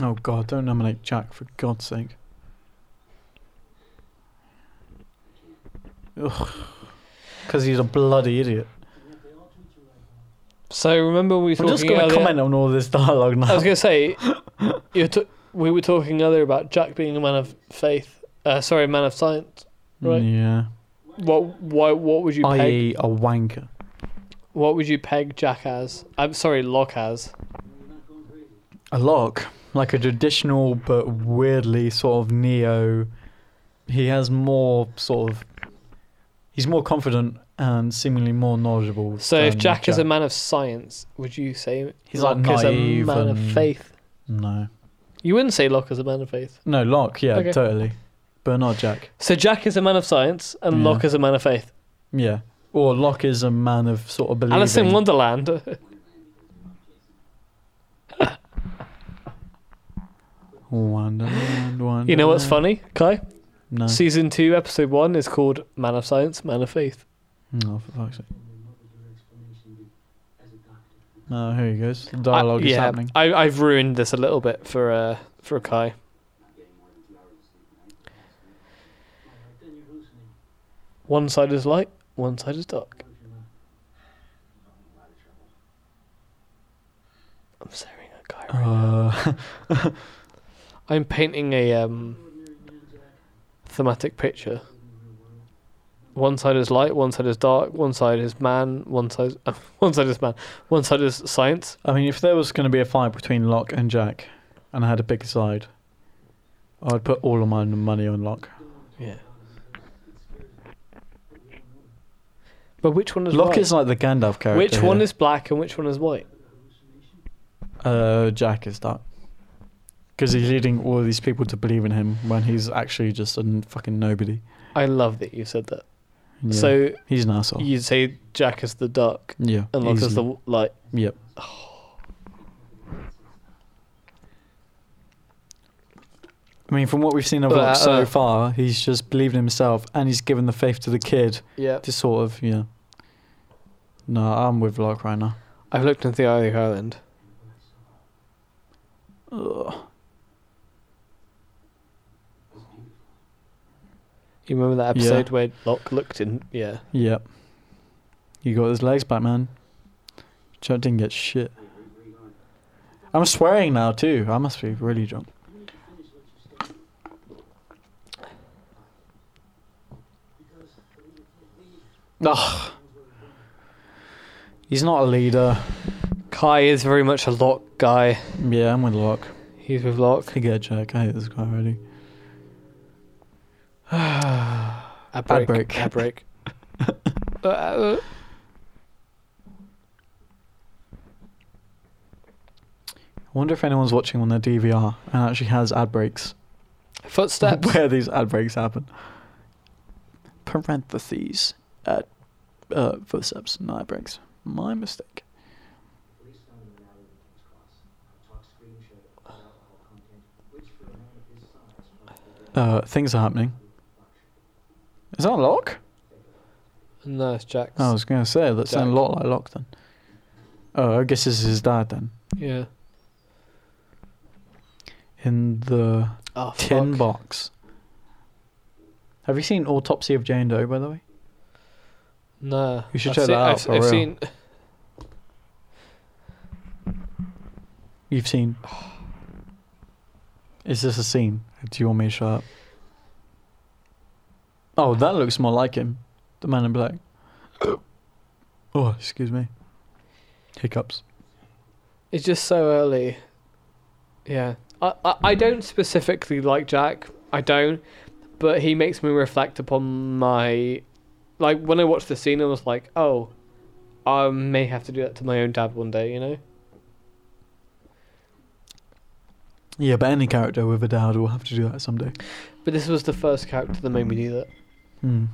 Speaker 2: Oh God! Don't nominate Jack for God's sake. Ugh. Because he's a bloody idiot.
Speaker 4: And yet they all treat you like one.
Speaker 1: So remember we were
Speaker 2: I'm
Speaker 1: talking
Speaker 2: just going to
Speaker 1: earlier-
Speaker 2: comment on all this dialogue now.
Speaker 1: I was gonna say, you t- we were talking earlier about Jack being a man of faith. Uh, sorry, a man of science. right.
Speaker 2: Yeah.
Speaker 1: What? Why? What would you peg?
Speaker 2: I.e. a wanker.
Speaker 1: What would you peg Jack as? I'm sorry, Locke as.
Speaker 4: You're not going crazy.
Speaker 2: A lock, like a traditional but weirdly sort of neo. He has more sort of He's more confident and seemingly more knowledgeable.
Speaker 1: So if
Speaker 2: than
Speaker 1: Jack, is a man of science, would you say
Speaker 2: Um, He's,
Speaker 1: Locke
Speaker 2: like,
Speaker 1: is a
Speaker 2: naive
Speaker 1: man of
Speaker 2: and-
Speaker 1: faith?
Speaker 2: no,
Speaker 1: You wouldn't say Locke is a man of faith.
Speaker 2: no, Locke. Yeah,
Speaker 1: Okay.
Speaker 2: totally, but not Jack.
Speaker 1: So Jack is a man of science and
Speaker 2: Yeah.
Speaker 1: Locke is a man of faith.
Speaker 2: Yeah, or Locke is a man of sort of believing.
Speaker 1: Alice in Wonderland.
Speaker 2: Wonderland,
Speaker 1: you know what's
Speaker 2: Wonderland.
Speaker 1: funny, Kai?
Speaker 2: No.
Speaker 1: Season two, episode one is called Man of Science, Man of Faith.
Speaker 2: No, for fuck's sake. No, here he goes. The dialogue
Speaker 1: I,
Speaker 2: is
Speaker 1: yeah,
Speaker 2: happening.
Speaker 1: I, I've ruined this a little bit for uh, for Kai. One side is light, one side is dark. I'm staring at Kai. Right now.
Speaker 2: Uh,
Speaker 1: I'm painting a um, thematic picture. One side is light, one side is dark, one side is man, one side one side is man, one side is science.
Speaker 2: I mean, if there was going to be a fight between Locke and Jack, and I had to pick a side, I'd put all of my money on Locke.
Speaker 1: Yeah. But which one is
Speaker 2: Locke
Speaker 1: white?
Speaker 2: is like the Gandalf character.
Speaker 1: which one
Speaker 2: here.
Speaker 1: is black and which one is white?
Speaker 2: Uh, Jack is that. Because he's leading all these people to believe in him when he's actually just a n- fucking nobody.
Speaker 1: I love that you said that.
Speaker 2: Yeah.
Speaker 1: So
Speaker 2: he's an asshole.
Speaker 1: you'd say Jack is the dark
Speaker 2: yeah.
Speaker 1: and Locke is
Speaker 2: easily.
Speaker 1: the light.
Speaker 2: Yep. I mean, from what we've seen of
Speaker 1: But,
Speaker 2: Locke so
Speaker 1: uh,
Speaker 2: far, he's just believed in himself and he's given the faith to the kid
Speaker 1: Yeah.
Speaker 2: to sort of, yeah. No, I'm with Locke right now.
Speaker 1: I've looked into the eye of the island.
Speaker 2: Ugh.
Speaker 1: You remember that
Speaker 2: Yeah.
Speaker 1: episode where Locke looked in? Yeah.
Speaker 2: Yep. You got his legs back, man. Chuck didn't get shit. I'm swearing now, too. I must be really drunk. Ugh. He's not a leader.
Speaker 1: Kai is very much a Locke guy.
Speaker 2: Yeah, I'm with Locke.
Speaker 1: He's with Locke.
Speaker 2: Forget Jack. I hate this guy already.
Speaker 1: Ad
Speaker 2: Ad
Speaker 1: break.
Speaker 2: break.
Speaker 1: Ad break. Uh, uh,
Speaker 2: I wonder if anyone's watching on their DVR and actually has ad breaks.
Speaker 1: footsteps.
Speaker 2: where these ad breaks happen. Parentheses at uh, footsteps, not ad breaks. My mistake.
Speaker 4: Police found him in alley with King's Cross. A talk screen showed it was alcohol content, which for a man of his size probably
Speaker 2: Uh, things are happening. Is that Locke?
Speaker 1: No, it's Jack's.
Speaker 2: I was going to say, that sounds a
Speaker 1: Jack.
Speaker 2: lot like Locke then. Oh, I guess this is his dad then.
Speaker 1: Yeah.
Speaker 2: In the
Speaker 1: Oh,
Speaker 2: tin
Speaker 1: fuck.
Speaker 2: box. Have you seen Autopsy of Jane Doe, by the way?
Speaker 1: No.
Speaker 2: You should
Speaker 1: I've
Speaker 2: check
Speaker 1: seen-
Speaker 2: that out
Speaker 1: I've,
Speaker 2: for
Speaker 1: I've
Speaker 2: real.
Speaker 1: seen.
Speaker 2: You've seen. Is this a scene? Do you want me to shut up? Oh, that looks more like him. The man in black. oh, excuse me. Hiccups.
Speaker 1: It's just so early. Yeah. I, I, I don't specifically like Jack. I don't. But he makes me reflect upon my. Like, when I watched the scene, I was like, oh, I may have to do that to my own dad one day, you know?
Speaker 2: Yeah, but any character with a dad will have to do that someday.
Speaker 1: But this was the first character that made me do that.
Speaker 2: Hmm.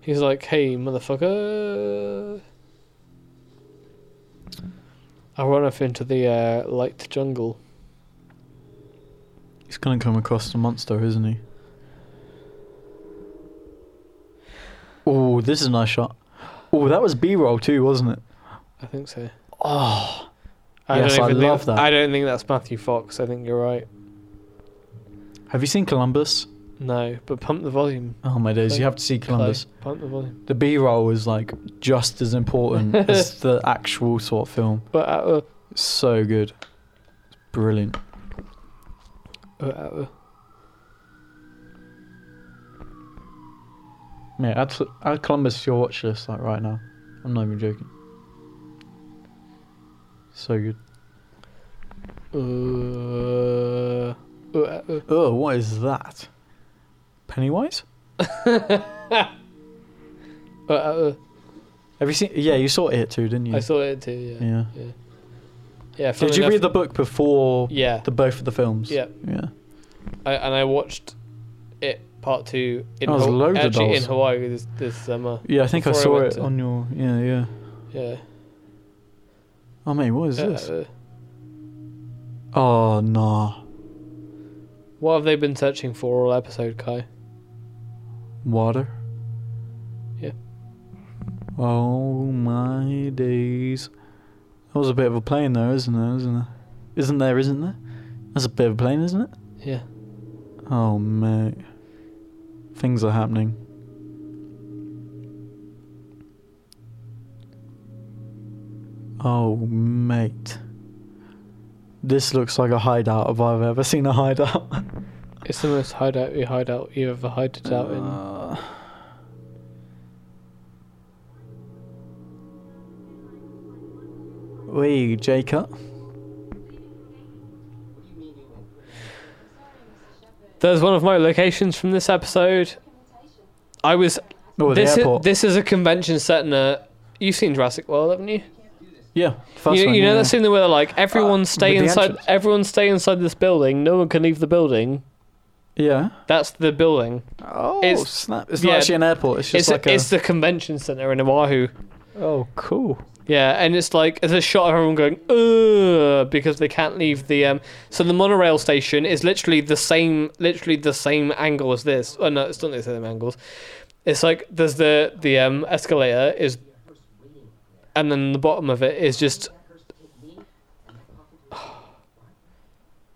Speaker 1: He's like, hey, motherfucker. I run off into the uh, light jungle.
Speaker 2: He's gonna come across the monster, isn't he? Oh, this is a nice shot. Oh, that was B-roll too, wasn't it?
Speaker 1: I think so.
Speaker 2: Oh,
Speaker 1: I
Speaker 2: Yes, I
Speaker 1: don't even
Speaker 2: love
Speaker 1: think,
Speaker 2: that.
Speaker 1: I don't think that's Matthew Fox. I think you're right.
Speaker 2: have you seen Columbus?
Speaker 1: No, but pump the volume.
Speaker 2: Oh my days,
Speaker 1: Like,
Speaker 2: you have to see Columbus.
Speaker 1: Clay. Pump the volume.
Speaker 2: The B roll is like just as important as the actual sort of film.
Speaker 1: But uh,
Speaker 2: It's so good. It's brilliant.
Speaker 1: uh, uh,
Speaker 2: Yeah, add, add Columbus to your watch list like right now. I'm not even joking. So good.
Speaker 1: uh, uh. Uh, uh,
Speaker 2: Oh, what is that? Pennywise?
Speaker 1: uh, uh,
Speaker 2: Have you seen? Yeah, you saw it too, didn't you?
Speaker 1: I saw it too. Yeah.
Speaker 2: Yeah.
Speaker 1: Yeah. Yeah,
Speaker 2: Did
Speaker 1: funnily
Speaker 2: you read the
Speaker 1: enough-
Speaker 2: book before
Speaker 1: Yeah.
Speaker 2: the both of the films?
Speaker 1: Yeah.
Speaker 2: Yeah.
Speaker 1: I, and I watched it part two in
Speaker 2: Oh, there's
Speaker 1: Haw-
Speaker 2: loads of
Speaker 1: actually in
Speaker 2: those.
Speaker 1: Hawaii this this summer.
Speaker 2: Yeah, I think I
Speaker 1: Before I
Speaker 2: saw
Speaker 1: went
Speaker 2: it
Speaker 1: to-
Speaker 2: on your. Yeah, yeah.
Speaker 1: Yeah.
Speaker 2: Oh, mate, what is
Speaker 1: Uh,
Speaker 2: this?
Speaker 1: uh,
Speaker 2: Oh, nah.
Speaker 1: what have they been searching for all episode, Kai?
Speaker 2: Water?
Speaker 1: Yeah.
Speaker 2: Oh, my days. That was a bit of a plane, though, isn't there? Isn't there? Isn't there? Isn't there? That's a bit of a plane, isn't it?
Speaker 1: Yeah.
Speaker 2: Oh, mate. Things are happening. Oh, mate. This looks like a hideout if I've ever seen a hideout.
Speaker 1: It's the most hideout you hide out you ever hide it out in.
Speaker 2: Uh, Wee, Jacob.
Speaker 1: There's one of my locations from this episode. I was
Speaker 2: Oh, the
Speaker 1: this is,
Speaker 2: airport.
Speaker 1: this is a convention set in a you've seen Jurassic World, haven't you?
Speaker 2: yeah, first
Speaker 1: you,
Speaker 2: one,
Speaker 1: you know
Speaker 2: yeah.
Speaker 1: that scene where they're like everyone
Speaker 2: uh, with
Speaker 1: stay
Speaker 2: the
Speaker 1: inside
Speaker 2: entrance.
Speaker 1: everyone stay inside this building, no one can leave the building.
Speaker 2: Yeah.
Speaker 1: That's the building.
Speaker 2: Oh,
Speaker 1: It's-
Speaker 2: snap. It's
Speaker 1: yeah,
Speaker 2: not actually an airport. It's just
Speaker 1: It's
Speaker 2: like a.
Speaker 1: it's the convention center in Oahu.
Speaker 2: oh, cool.
Speaker 1: Yeah, and it's like there's a shot of everyone going Ugh, because they can't leave the um. So the monorail station is literally the same, literally the same angle as this. Oh no, it's not the same angles. It's like there's the the um escalator is, and then the bottom of it is just.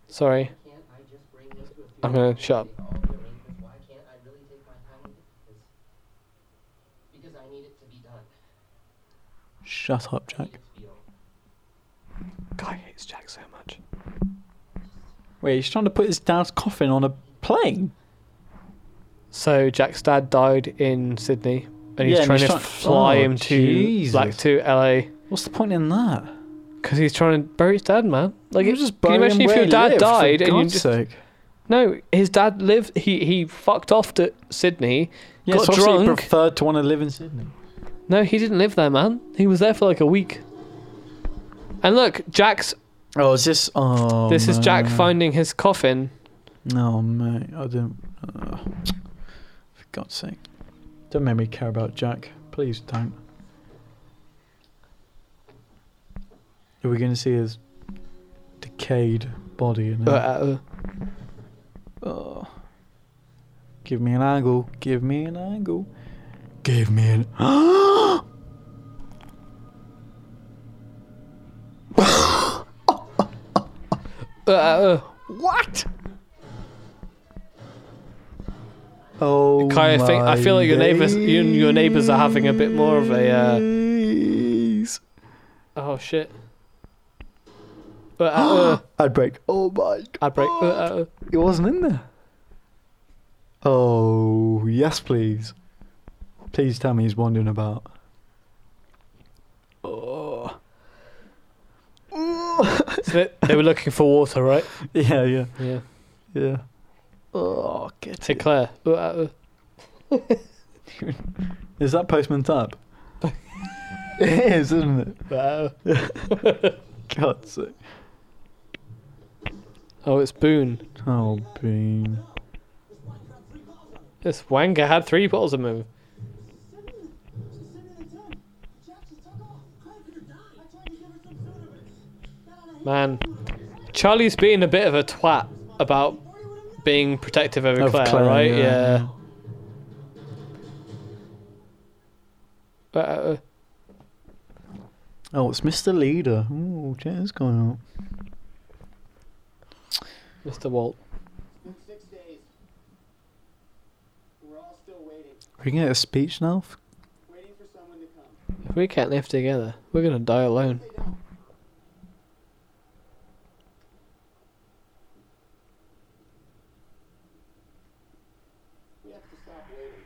Speaker 1: Sorry,
Speaker 5: Can't I just bring this to a few
Speaker 1: I'm gonna shut up.
Speaker 5: all the arrangements? Why can't I really take my time with it? Because, because I need it to be done.
Speaker 2: Shut up, Jack.
Speaker 5: It to be over.
Speaker 1: Guy hates Jack so much.
Speaker 2: Wait, he's trying to put his dad's coffin on a plane.
Speaker 1: So Jack's dad died in Sydney, and he's
Speaker 2: Yeah, and
Speaker 1: trying
Speaker 2: he's
Speaker 1: to
Speaker 2: trying-
Speaker 1: fly
Speaker 2: Oh,
Speaker 1: him to back
Speaker 2: Jesus.
Speaker 1: to LA.
Speaker 2: What's the point in that?
Speaker 1: Because he's trying to bury his dad, man. Like,
Speaker 2: You
Speaker 1: it-
Speaker 2: just
Speaker 1: can you
Speaker 2: bury
Speaker 1: imagine
Speaker 2: him
Speaker 1: if
Speaker 2: where
Speaker 1: your
Speaker 2: he
Speaker 1: dad
Speaker 2: lived, for
Speaker 1: died and you
Speaker 2: God's
Speaker 1: just
Speaker 2: sake.
Speaker 1: no, his dad lived. He he fucked off to Sydney.
Speaker 2: Yeah,
Speaker 1: got
Speaker 2: so obviously he
Speaker 1: drunk.
Speaker 2: preferred to want to live in Sydney.
Speaker 1: No, he didn't live there, man. He was there for like a week. And look, Jack's.
Speaker 2: Oh, is this? Oh,
Speaker 1: this is Jack
Speaker 2: man.
Speaker 1: finding his coffin.
Speaker 2: No, mate, I don't. Uh, for God's sake, don't make me care about Jack. Please don't. Are we going to see his decayed body? In it?
Speaker 1: Uh, uh,
Speaker 2: Oh. Give me an angle. Give me an angle. Give me an.
Speaker 1: uh, uh,
Speaker 2: What? Oh,
Speaker 1: Kai, I think- I feel like your neighbours-
Speaker 2: neighbors,
Speaker 1: you and your neighbours are having a bit more of a, uh,
Speaker 2: I'd
Speaker 1: oh shit. Uh, uh,
Speaker 2: break. Oh my god!
Speaker 1: I break. Uh, uh,
Speaker 2: It wasn't in there. Oh yes, please. Please tell me he's wandering about. Oh.
Speaker 1: uh. So they, they were looking for water, right?
Speaker 2: yeah, yeah,
Speaker 1: Yeah.
Speaker 2: yeah. Oh, get
Speaker 1: St. Clair. Uh, uh,
Speaker 2: Is that Postman Tap? it is, isn't it?
Speaker 1: uh, uh.
Speaker 2: God's sake.
Speaker 1: Oh, it's Boone.
Speaker 2: Oh, Bean.
Speaker 1: This wanker had three bottles of move. Man, Charlie's being a bit of a twat about being protective over
Speaker 2: Of
Speaker 1: Claire,
Speaker 2: Claire,
Speaker 1: right?
Speaker 2: yeah,
Speaker 1: Yeah. Uh,
Speaker 2: Oh, it's Mr. Leader. Ooh, cheers going up.
Speaker 1: Mr. Walt.
Speaker 4: Been six days. We're all still waiting,
Speaker 2: We can get a speech now. F-
Speaker 4: waiting for someone to come.
Speaker 1: If we can't live together, we're gonna die alone.
Speaker 4: We have to stop waiting.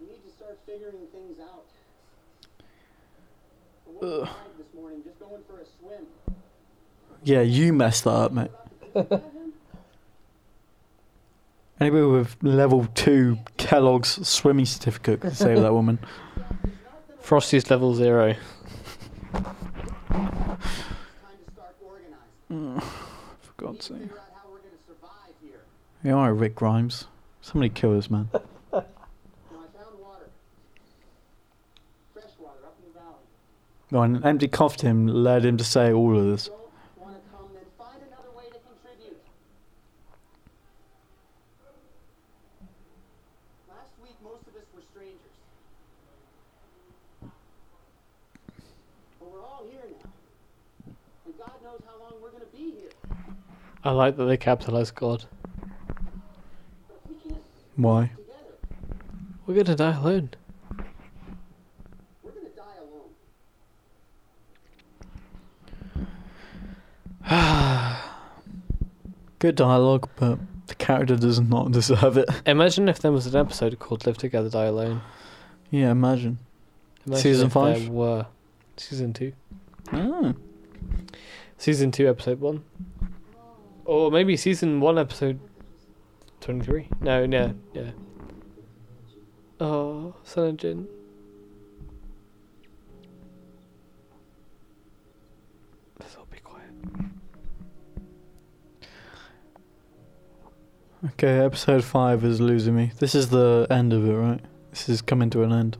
Speaker 4: We need to start figuring things out. I woke up
Speaker 2: Ugh.
Speaker 4: five this morning, just going for a swim.
Speaker 2: Yeah, you messed that up, mate. Anybody with level two Kellogg's swimming certificate could save that woman.
Speaker 1: Frosty's level zero.
Speaker 4: Time to start organizing.
Speaker 2: For God's sake.
Speaker 4: Figure out how we're gonna survive here.
Speaker 2: You alright, Rick Grimes? Somebody kill this man.
Speaker 4: Now, I found water. Fresh water up in the valley.
Speaker 2: No, an empty coffin him led him to say all of this.
Speaker 4: Don't wanna come, then find another way to contribute. Last week, most of us were strangers. But we're all here now. And God knows how long we're gonna be here.
Speaker 1: I like that they capitalize God.
Speaker 4: But if we can't
Speaker 2: Why?
Speaker 4: stick together,
Speaker 1: We're gonna die alone.
Speaker 4: we're gonna die alone.
Speaker 2: Good dialogue, but the character does not deserve it.
Speaker 1: Imagine if there was an episode called "Live Together, Die Alone."
Speaker 2: Yeah, imagine.
Speaker 1: Imagine
Speaker 2: Season
Speaker 1: if
Speaker 2: five?
Speaker 1: There were season two,
Speaker 2: Ah.
Speaker 1: season two, episode one, or maybe season one, episode twenty-three. No, no, yeah. Oh, Sun and Jin. Let's all be quiet.
Speaker 2: Okay, episode five is losing me. This is the end of it, right? This is coming to an end,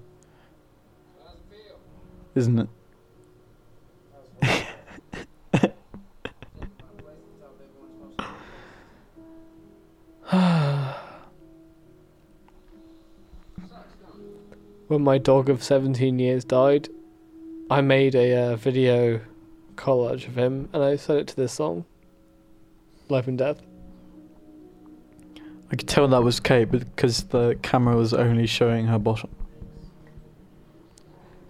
Speaker 4: How's it feel?
Speaker 2: isn't it?
Speaker 1: when my dog of 17 years died, I made a uh, video collage of him and I set it to this song, Life and Death.
Speaker 2: I could tell that was Kate because the camera was only showing her bottom.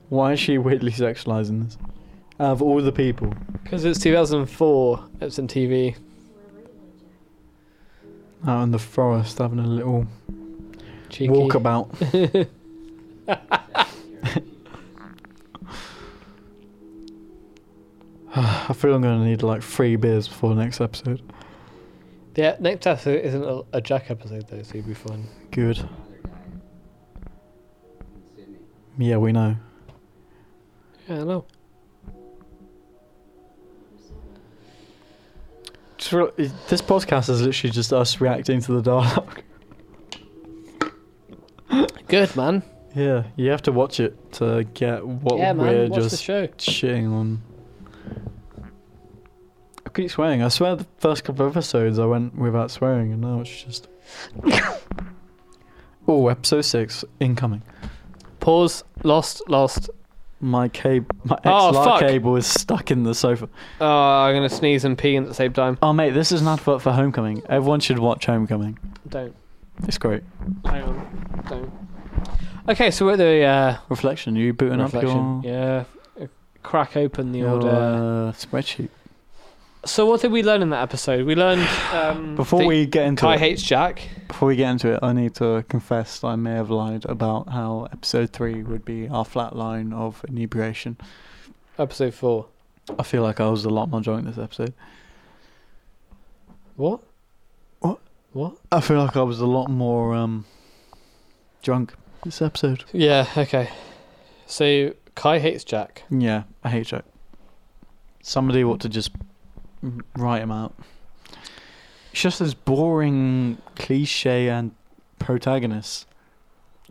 Speaker 2: Why is she weirdly sexualizing this? Out of all the people,
Speaker 1: Because it's 2004, it's on TV.
Speaker 2: out in the forest having a little
Speaker 1: Cheeky.
Speaker 2: walkabout. I feel I'm gonna need like three beers before the next episode.
Speaker 1: Yeah, next episode isn't a, a Jack episode though, so you'll be fine.
Speaker 2: Good. Yeah, we know.
Speaker 1: Yeah, I know.
Speaker 2: Just re- this podcast is literally just us reacting to the dialogue.
Speaker 1: Good, man.
Speaker 2: yeah, you have to watch it to get what
Speaker 1: yeah,
Speaker 2: we're
Speaker 1: man. Watch the
Speaker 2: just
Speaker 1: show.
Speaker 2: shitting on. I keep swearing. I swear the first couple of episodes I went without swearing, and now it's just. oh, episode six incoming.
Speaker 1: Pause. Lost. Lost.
Speaker 2: My cable, my
Speaker 1: Oh,
Speaker 2: XLR
Speaker 1: fuck.
Speaker 2: cable is stuck in the sofa.
Speaker 1: Oh, I'm gonna sneeze and pee at the same time.
Speaker 2: Oh, mate, this is an advert for Homecoming. Everyone should watch Homecoming.
Speaker 1: Don't.
Speaker 2: It's great.
Speaker 1: Hang on. Don't. Okay, so we're at the uh,
Speaker 2: Reflection. You booting
Speaker 1: reflection.
Speaker 2: up your,
Speaker 1: Yeah. f- Crack open the
Speaker 2: your,
Speaker 1: old. Uh,
Speaker 2: uh, spreadsheet.
Speaker 1: so what did we learn in that episode? We learned um,
Speaker 2: Before
Speaker 1: that
Speaker 2: we get into
Speaker 1: Kai
Speaker 2: it,
Speaker 1: hates Jack.
Speaker 2: before we get into it, I need to confess I may have lied about how episode three would be our flat line of inebriation.
Speaker 1: Episode four.
Speaker 2: I feel like I was a lot more drunk this episode.
Speaker 1: What?
Speaker 2: What?
Speaker 1: What?
Speaker 2: I feel like I was a lot more um drunk this episode.
Speaker 1: Yeah. Okay. So Kai hates Jack.
Speaker 2: Yeah, I hate Jack. Somebody ought to just m- write him out. It's just this boring cliche and protagonists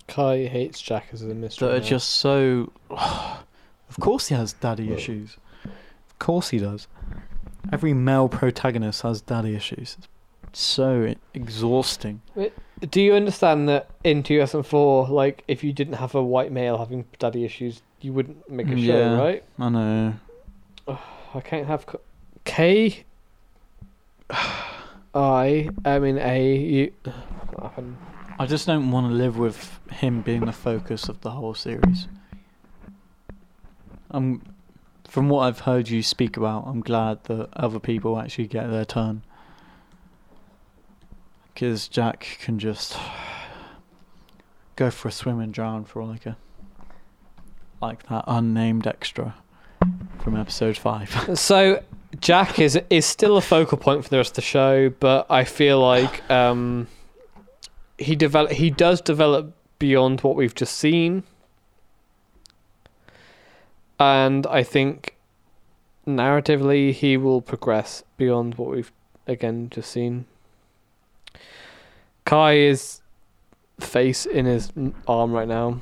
Speaker 1: Kai hates Jack as a mystery.
Speaker 2: that are
Speaker 1: now.
Speaker 2: just so. of course he has daddy issues. Of course he does. Every male protagonist has daddy issues. It's so e- exhausting.
Speaker 1: Do you understand that in 2004, like if you didn't have a white male having daddy issues, you wouldn't make a
Speaker 2: Mm, Yeah.
Speaker 1: show, right?
Speaker 2: I know.
Speaker 1: I can't have co- K. I am in A. U. What happened?
Speaker 2: I just don't want to live with him being the focus of the whole series. I'm, from what I've heard you speak about, I'm glad that other people actually get their turn. Because Jack can just go for a swim and drown for all I care. Like that unnamed extra from episode 5.
Speaker 1: So Jack is is still a focal point for the rest of the show, but I feel like um, he develop he does develop beyond what we've just seen, and I think narratively he will progress beyond what we've again just seen. Kai is face in his m- arm right now.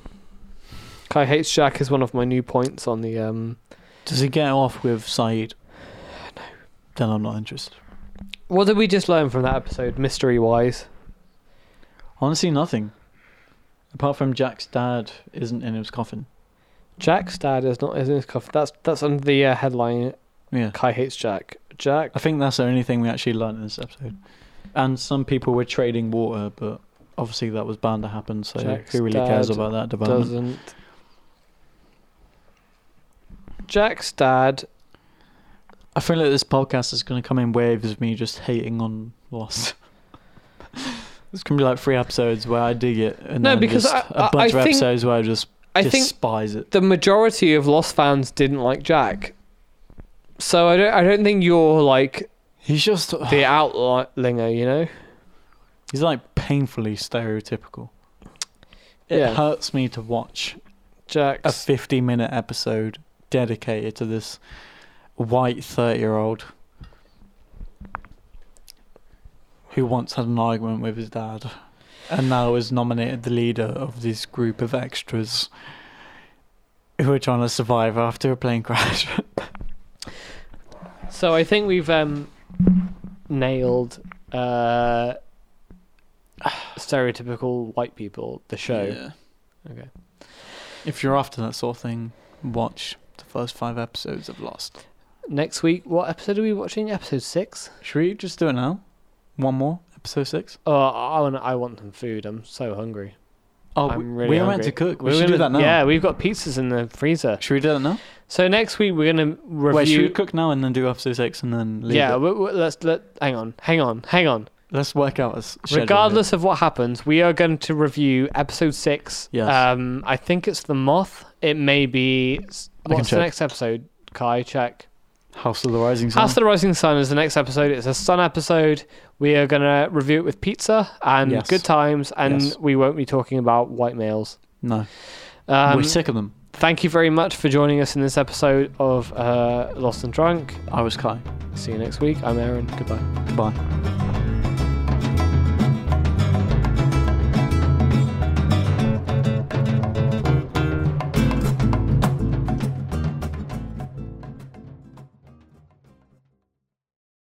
Speaker 1: Kai hates Jack is one of my new points on the um.
Speaker 2: Does he get off with Saeed? No. Then I'm not interested.
Speaker 1: What did we just learn from that episode, mystery wise?
Speaker 2: Honestly, nothing. Apart from Jack's dad isn't in his coffin.
Speaker 1: Jack's dad is not is in his coffin. That's that's under the uh, headline.
Speaker 2: Yeah.
Speaker 1: Kai hates Jack. Jack.
Speaker 2: I think that's the only thing we actually learned in this episode. And some people were trading water, but obviously that was bound to happen, so
Speaker 1: Jack's
Speaker 2: who really cares
Speaker 1: dad
Speaker 2: about that development?
Speaker 1: doesn't. Jack's dad.
Speaker 2: I feel like this podcast is going to come in waves of me just hating on Lost. it's going to be like three episodes where I dig it, and
Speaker 1: No,
Speaker 2: then
Speaker 1: because
Speaker 2: just
Speaker 1: I-
Speaker 2: a
Speaker 1: I-
Speaker 2: bunch
Speaker 1: I
Speaker 2: of
Speaker 1: think-
Speaker 2: episodes where I just
Speaker 1: I think
Speaker 2: despise it.
Speaker 1: the majority of Lost fans didn't like Jack. So I don't. I don't think you're like
Speaker 2: He's just
Speaker 1: the outlier. You know.
Speaker 2: he's like painfully stereotypical. It
Speaker 1: Yeah.
Speaker 2: hurts me to watch a
Speaker 1: Jack's.
Speaker 2: 50 minute episode dedicated to this white 30 year old who once had an argument with his dad and now is nominated the leader of this group of extras who are trying to survive after a plane crash.
Speaker 1: So I think we've um, nailed uh, stereotypical white people. The show. Okay.
Speaker 2: If you're after that sort of thing, watch the first five episodes of Lost.
Speaker 1: Next week, what episode are we watching? Episode six.
Speaker 2: Should we just do it now? One more? Episode six?
Speaker 1: Oh, I want. I want some food. I'm so hungry.
Speaker 2: Oh,
Speaker 1: I'm
Speaker 2: we,
Speaker 1: really
Speaker 2: we were meant
Speaker 1: hungry.
Speaker 2: to cook. We
Speaker 1: We're
Speaker 2: should do
Speaker 1: gonna-
Speaker 2: that now.
Speaker 1: Yeah, we've got pizzas in the freezer.
Speaker 2: Should we do that now?
Speaker 1: So next week we're gonna review.
Speaker 2: Wait, should we cook now and then do episode six and then leave?
Speaker 1: yeah,
Speaker 2: it?
Speaker 1: we, we, let's let. Hang on, hang on, hang on.
Speaker 2: Let's work out a s- schedule here.
Speaker 1: Regardless of what happens, we are going to review episode six.
Speaker 2: Yes.
Speaker 1: Um, I think it's the moth. It may be. s-
Speaker 2: I can
Speaker 1: What's the
Speaker 2: check.
Speaker 1: next episode? Kai, check.
Speaker 2: House of the Rising Sun.
Speaker 1: House of the Rising Sun is the next episode. It's a sun episode. We are gonna review it with pizza and
Speaker 2: Yes.
Speaker 1: good times, and
Speaker 2: Yes.
Speaker 1: we won't be talking about white males.
Speaker 2: no,
Speaker 1: Um,
Speaker 2: we're sick of them.
Speaker 1: thank you very much for joining us in this episode of uh, Lost and Drunk.
Speaker 2: I was Kai.
Speaker 1: See you next week. I'm Aaron. Goodbye.
Speaker 2: Goodbye.